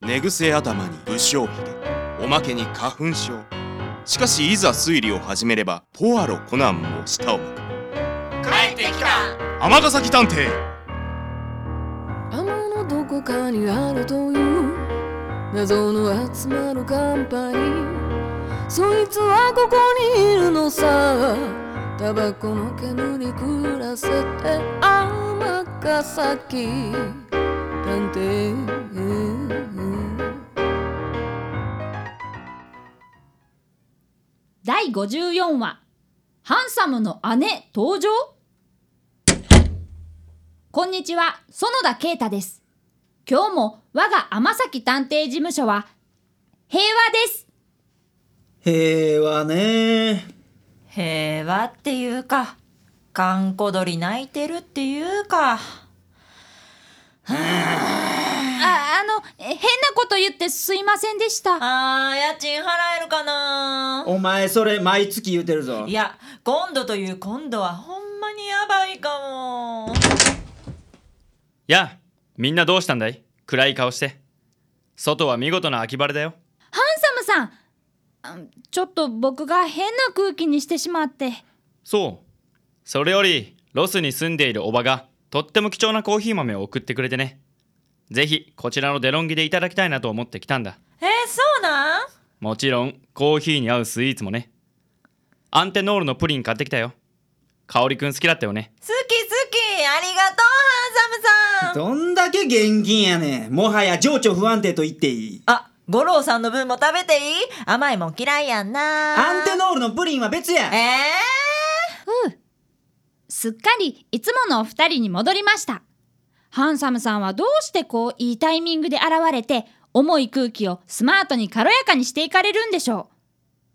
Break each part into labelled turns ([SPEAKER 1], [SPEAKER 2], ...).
[SPEAKER 1] 寝癖頭に不祥髭おまけに花粉症しかしいざ推理を始めればポアロコナンも舌を巻く
[SPEAKER 2] 帰ってきた
[SPEAKER 1] 尼崎探偵
[SPEAKER 3] 雨のどこかにあるという謎の集まるカンパニーそいつはここにいるのさタバコの煙に暮らせて天ヶ崎探偵
[SPEAKER 4] 第54話「ハンサムの姉登場」こんにちは園田啓太です今日も我が天崎探偵事務所は平和です
[SPEAKER 5] 平和ね
[SPEAKER 2] 平和っていうか閑古鳥泣いてるっていうか
[SPEAKER 4] ああのえ変なこと言ってすいませんでした
[SPEAKER 2] あー家賃払えるかな
[SPEAKER 5] お前それ毎月言うてるぞ
[SPEAKER 2] いや今度という今度はほんまにやばいかも
[SPEAKER 6] やあみんなどうしたんだい暗い顔して外は見事な秋晴れだよ
[SPEAKER 4] ハンサムさんあちょっと僕が変な空気にしてしまって
[SPEAKER 6] そうそれよりロスに住んでいるおばがとっても貴重なコーヒー豆を送ってくれてねぜひこちらのデロンギでいただきたいなと思ってきたんだ
[SPEAKER 2] えー、そうなん
[SPEAKER 6] もちろんコーヒーに合うスイーツもねアンテノールのプリン買ってきたよ香織くん好きだったよね
[SPEAKER 2] 好き好きありがとうハンサムさん
[SPEAKER 5] どんだけ現金やねんもはや情緒不安定と言っていい
[SPEAKER 2] あ五郎さんの分も食べていい甘いもん嫌いやんな
[SPEAKER 5] アンテノールのプリンは別や
[SPEAKER 2] え
[SPEAKER 4] すっかりいつものお二人に戻りました。ハンサムさんはどうしてこういいタイミングで現れて重い空気をスマートに軽やかにしていかれるんでしょ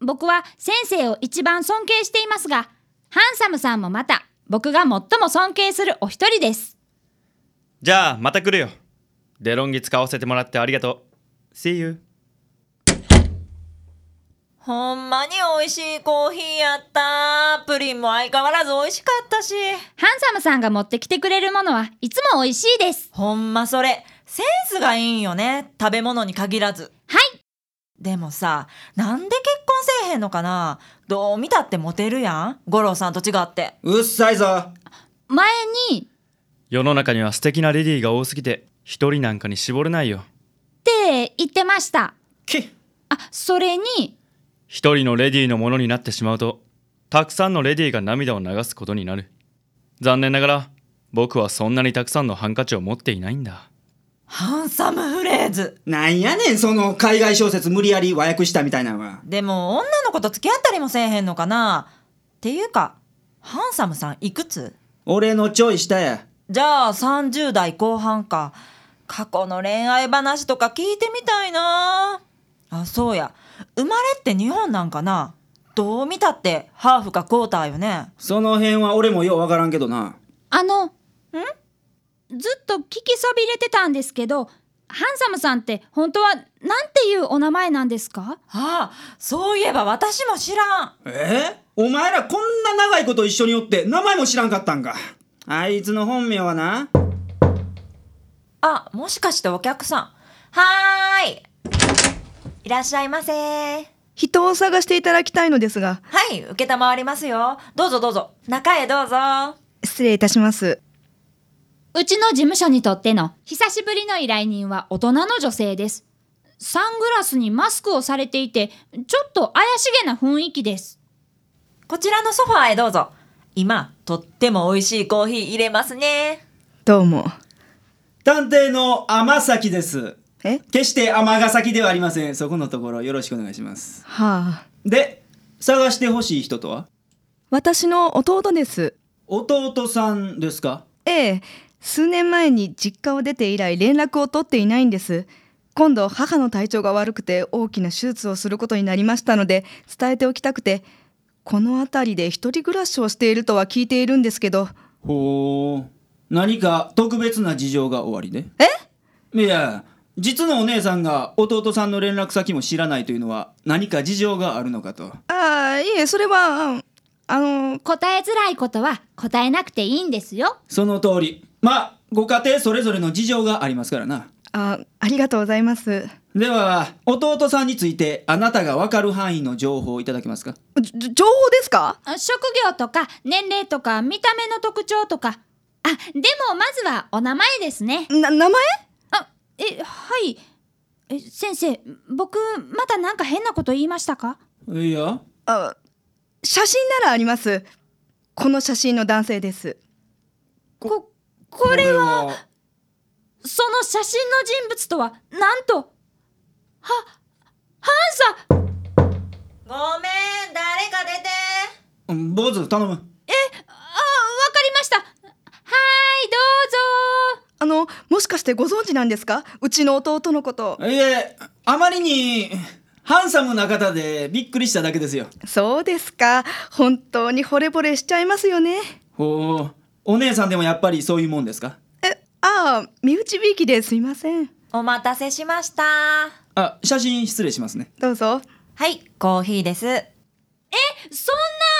[SPEAKER 4] う。僕は先生を一番尊敬していますが、ハンサムさんもまた僕が最も尊敬するお一人です。
[SPEAKER 6] じゃあまた来るよデロンギ使わせてもらってありがとう See you
[SPEAKER 2] ー、ほんまに美味しいコーヒーやったプリンも相変わらず美味しかったし
[SPEAKER 4] ハンサムさんが持ってきてくれるものはいつも美味しいです。
[SPEAKER 2] ほんまそれセンスがいいんよね食べ物に限らず
[SPEAKER 4] はい、
[SPEAKER 2] でもさなんで結婚せえへんのかなどう見たってモテるやん五郎さんと違って
[SPEAKER 5] うっさいぞ
[SPEAKER 4] 前に
[SPEAKER 6] 世の中には素敵なレディーが多すぎて一人なんかに絞れないよ
[SPEAKER 4] って言ってました。
[SPEAKER 5] きっ
[SPEAKER 4] あ、それに
[SPEAKER 6] 一人のレディーのものになってしまうとたくさんのレディーが涙を流すことになる残念ながら僕はそんなにたくさんのハンカチを持っていないんだ
[SPEAKER 2] ハンサムフレーズ
[SPEAKER 5] なんやねんその海外小説無理やり和訳したみたいなのは
[SPEAKER 2] でも女の子と付き合ったりもせえへんのかなっていうかハンサムさんいくつ
[SPEAKER 5] 俺のちょい下や
[SPEAKER 2] じゃあ30代後半か過去の恋愛話とか聞いてみたいなあそうや生まれって日本なんかなどう見たってハーフかクォーターよね
[SPEAKER 5] その辺は俺もようわからんけどな
[SPEAKER 4] あの、んずっと聞きそびれてたんですけど、ハンサムさんって本当はなんていうお名前なんですか
[SPEAKER 2] ああそういえば私も知らん
[SPEAKER 5] えお前らこんな長いこと一緒におって名前も知らんかったんかあいつの本名はな
[SPEAKER 2] あもしかしてお客さんはーいいらっしゃいませはい
[SPEAKER 7] 人を探していただきたいのですが
[SPEAKER 2] 承りますよどうぞどうぞ中へどうぞ
[SPEAKER 7] 失礼いたします
[SPEAKER 4] うちの事務所にとっての久しぶりの依頼人は大人の女性です。サングラスにマスクをされていて、ちょっと怪しげな雰囲気です。
[SPEAKER 2] こちらのソファーへどうぞ今とっても美味しいコーヒー入れますね
[SPEAKER 7] どうも
[SPEAKER 5] 探偵の天崎です
[SPEAKER 7] え
[SPEAKER 5] 決して尼崎ではありませんそこのところよろしくお願いします
[SPEAKER 7] はあ
[SPEAKER 5] で探してほしい人とは
[SPEAKER 7] 私の弟です
[SPEAKER 5] 弟さんですか
[SPEAKER 7] ええ数年前に実家を出て以来連絡を取っていないんです今度母の体調が悪くて大きな手術をすることになりましたので伝えておきたくてこの辺りで一人暮らしをしているとは聞いているんですけど
[SPEAKER 5] ほう何か特別な事情がおありでえいや実のお姉さんが弟さんの連絡先も知らないというのは何か事情があるのかと
[SPEAKER 7] ああいえそれはうんあの
[SPEAKER 4] 答えづらいことは答えなくていいんですよ。
[SPEAKER 5] その通りまあご家庭それぞれの事情がありますからな
[SPEAKER 7] あありがとうございます
[SPEAKER 5] では弟さんについてあなたが分かる範囲の情報をいただけますか
[SPEAKER 7] じょ情報ですか
[SPEAKER 4] あ職業とか年齢とか見た目の特徴とかあでもまずはお名前ですね
[SPEAKER 7] な名前
[SPEAKER 4] あえはいえ先生僕またなんか変なこと言いましたか
[SPEAKER 5] いや
[SPEAKER 7] あ写真ならありますこの写真の男性です
[SPEAKER 4] ここれはその写真の人物とはなんとはハンサ
[SPEAKER 2] ごめん誰か出て
[SPEAKER 5] うん坊主頼
[SPEAKER 4] あ
[SPEAKER 5] む
[SPEAKER 4] わかりましたはーいどうぞ
[SPEAKER 7] あのもしかしてご存知なんですかうちの弟のこと
[SPEAKER 5] いえあまりにハンサムな方でびっくりしただけですよ
[SPEAKER 7] そうですか本当に惚れ惚れしちゃいますよね
[SPEAKER 5] ほうお姉さんでもやっぱりそういうもんですか
[SPEAKER 7] えああ身内びいきですいません
[SPEAKER 2] お待たせしましたは
[SPEAKER 5] あ写真失礼しますね
[SPEAKER 7] どうぞ
[SPEAKER 2] いコーヒーです
[SPEAKER 4] そん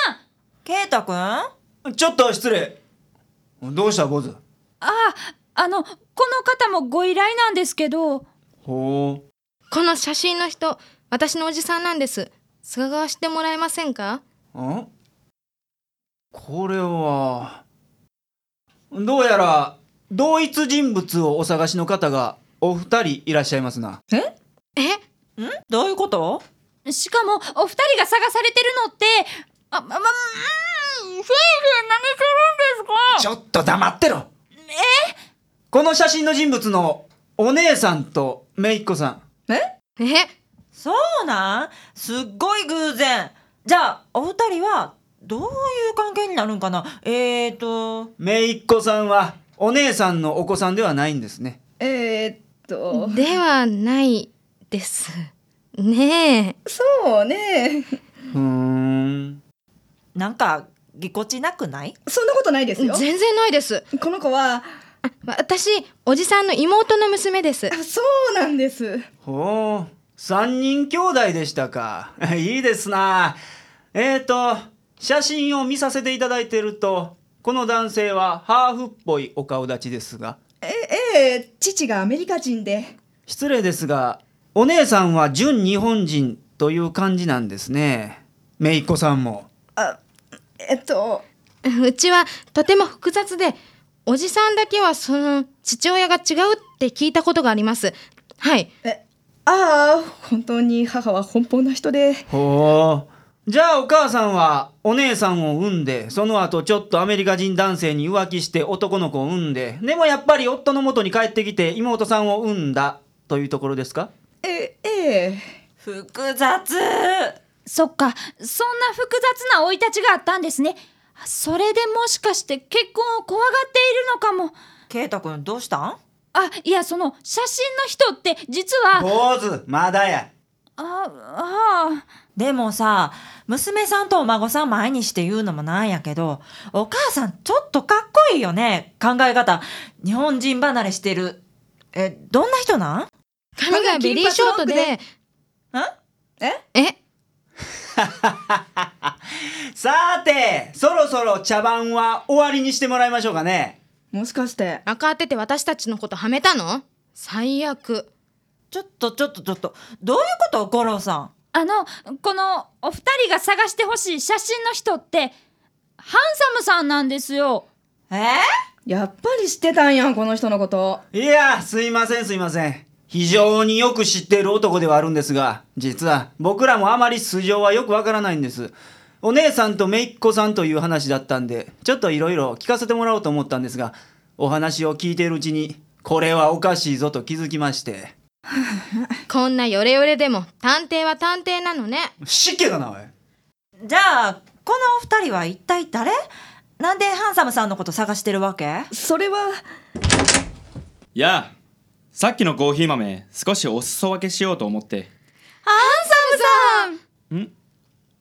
[SPEAKER 4] な
[SPEAKER 2] ケイタくんあ
[SPEAKER 5] ちょっと失礼どうした坊主
[SPEAKER 4] ああのこの方もご依頼なんですけど
[SPEAKER 5] ほう
[SPEAKER 8] この写真の人私のおじさんなんです菅川してもらえませんか
[SPEAKER 5] んこれはどうやら同一人物をお探しの方がお二人いらっしゃいますな
[SPEAKER 8] え
[SPEAKER 2] どういうこと
[SPEAKER 4] しかもお二人が探されてるのってあままうーん先生何するんです
[SPEAKER 5] ち
[SPEAKER 4] か
[SPEAKER 5] ょっと黙ってろえこの写真の人物のお姉さんとめいっ子さん
[SPEAKER 8] え
[SPEAKER 2] そうなんすっごい偶然じゃあお二人はどういう関係になるんかなえーと
[SPEAKER 5] めいっ子さんはお姉さんのお子さんではないんですね
[SPEAKER 7] えー、っと
[SPEAKER 8] ではないですねえ
[SPEAKER 7] そうね
[SPEAKER 5] ふーん
[SPEAKER 2] なんかぎこちなくない
[SPEAKER 7] そんなことないですよ
[SPEAKER 8] 全然ないです
[SPEAKER 7] この子は
[SPEAKER 8] あ私おじさんの妹の娘です
[SPEAKER 7] あそうなんです
[SPEAKER 5] ほう三人兄弟でしたか いいですなえーと写真を見させていただいているとこの男性はハーフっぽいお顔立ちですが
[SPEAKER 7] ええー父がアメリカ人で
[SPEAKER 5] 失礼ですがお姉さんは純日本人という感じなんですねめいっ子さんも
[SPEAKER 7] えっと
[SPEAKER 8] うちはとても複雑でおじさんだけはその父親が違うって聞いたことがありますはい
[SPEAKER 7] えああ本当に母は奔放な人で
[SPEAKER 5] ほうじゃあお母さんはお姉さんを産んでその後ちょっとアメリカ人男性に浮気して男の子を産んででもやっぱり夫の元に帰ってきて妹さんを産んだというところですか
[SPEAKER 7] えええ
[SPEAKER 2] 複雑
[SPEAKER 4] そっかそんな複雑な生い立ちがあったんですねそれでもしかして結婚を怖がっているのかも
[SPEAKER 2] ケイタくんどうしたん
[SPEAKER 4] あいやその写真の人って実は
[SPEAKER 5] 坊主まだや
[SPEAKER 4] ああ
[SPEAKER 2] でもさ娘さんとお孫さん前にして言うのもなんやけどお母さんちょっとかっこいいよね考え方日本人離れしてるえどんな人なんん
[SPEAKER 8] 髪がベリーショートで
[SPEAKER 7] 髪
[SPEAKER 8] え
[SPEAKER 5] さてそろそろ茶番は終わりにしてもらいましょうかね
[SPEAKER 7] もしかして
[SPEAKER 8] 赤当てて私たちのことはめたの最悪
[SPEAKER 2] ちょっとちょっとちょっとどういうこと五郎さん
[SPEAKER 4] あのこのお二人が探してほしい写真の人ってハンサムさんなんですよ
[SPEAKER 2] えー、
[SPEAKER 7] やっぱり知ってたんやこの人のこと
[SPEAKER 5] いやすいませんすいません非常によく知っている男ではあるんですが実は僕らもあまり素性はよくわからないんですお姉さんと姪っ子さんという話だったんでちょっといろいろ聞かせてもらおうと思ったんですがお話を聞いているうちにこれはおかしいぞと気づきまして
[SPEAKER 8] こんなヨレヨレでも探偵は探偵なのね
[SPEAKER 5] 湿気だなおい
[SPEAKER 2] じゃあこのお二人は一体誰なんでハンサムさんのこと探してるわけ
[SPEAKER 7] それは
[SPEAKER 6] やあさっきのコーヒー豆少しお裾分けしようと思ってハンサムさんん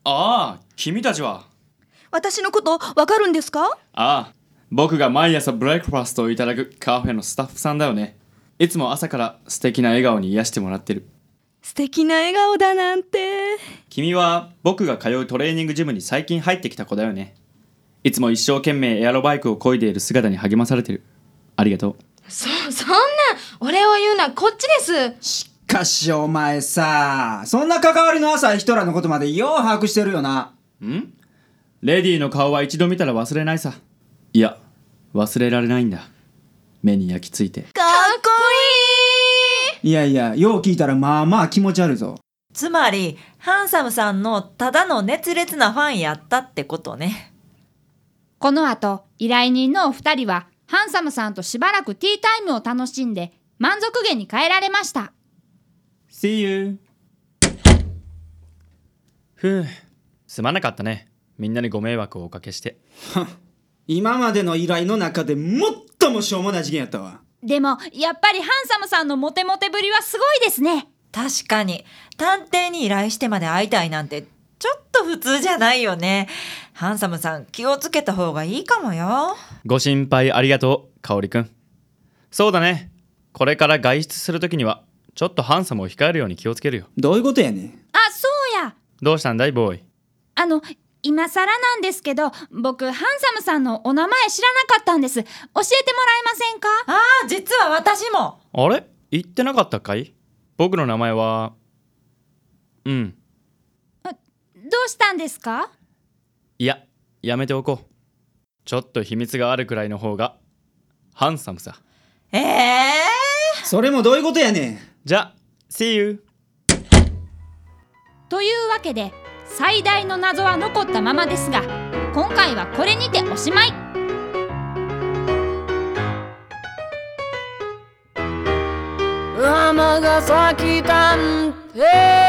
[SPEAKER 6] ああ君たちは
[SPEAKER 7] 私のことわかるんですか
[SPEAKER 6] ああ僕が毎朝ブレイクファストをいただくカフェのスタッフさんだよねいつも朝から素敵な笑顔に癒してもらってる
[SPEAKER 7] 素敵な笑顔だなんて
[SPEAKER 6] 君は僕が通うトレーニングジムに最近入ってきた子だよねいつも一生懸命エアロバイクを漕いでいる姿に励まされてるありがとう
[SPEAKER 8] そそんなお礼を言うのはこっちです
[SPEAKER 5] しかしお前さそんな関わりの浅い人らのことまでよう把握してるよなん
[SPEAKER 6] レディーの顔は一度見たら忘れないさいや忘れられないんだ目に焼き付いて
[SPEAKER 5] いやいやよう聞いたらまあまあ気持ち悪いぞ
[SPEAKER 2] つまりハンサムさんのただの熱烈なファンやったってことね
[SPEAKER 4] この後、依頼人のお二人は、ハンサムさんとしばらくティータイムを楽しんで、満足げに帰られました。
[SPEAKER 6] See you ふうすまなかったねみんなにご迷惑をおかけして
[SPEAKER 5] 今までの依頼の中で最もしょうもない事件やったわ
[SPEAKER 4] でも、やっぱりハンサムさんのモテモテぶりはすごいですね。
[SPEAKER 2] 確かに探偵に依頼してまで会いたいなんてちょっと普通じゃないよねハンサムさん気をつけた方がいいかもよ
[SPEAKER 6] ご心配ありがとう、香織くん。そうだね。これから外出するときには、ちょっとハンサムを控えるように気をつけるよ。
[SPEAKER 5] どういうことやねん
[SPEAKER 4] あ、そうや。
[SPEAKER 6] どうしたんだい、ボーイ。
[SPEAKER 4] あの、今更なんですけど、僕、ハンサムさんのお名前知らなかったんです。教えてもらえませんか
[SPEAKER 2] ああ実は私も
[SPEAKER 6] あれ言ってなかったかい僕の名前は。うん。
[SPEAKER 4] どうしたんですか
[SPEAKER 6] いや、やめておこう。ちょっと秘密があるくらいの方が、ハンサムさ。
[SPEAKER 2] ええ
[SPEAKER 5] それもどういうことやねん
[SPEAKER 6] じゃあ、See you!
[SPEAKER 4] というわけで最大の謎は残ったままですが今回はこれにておしまい
[SPEAKER 3] 尼崎探偵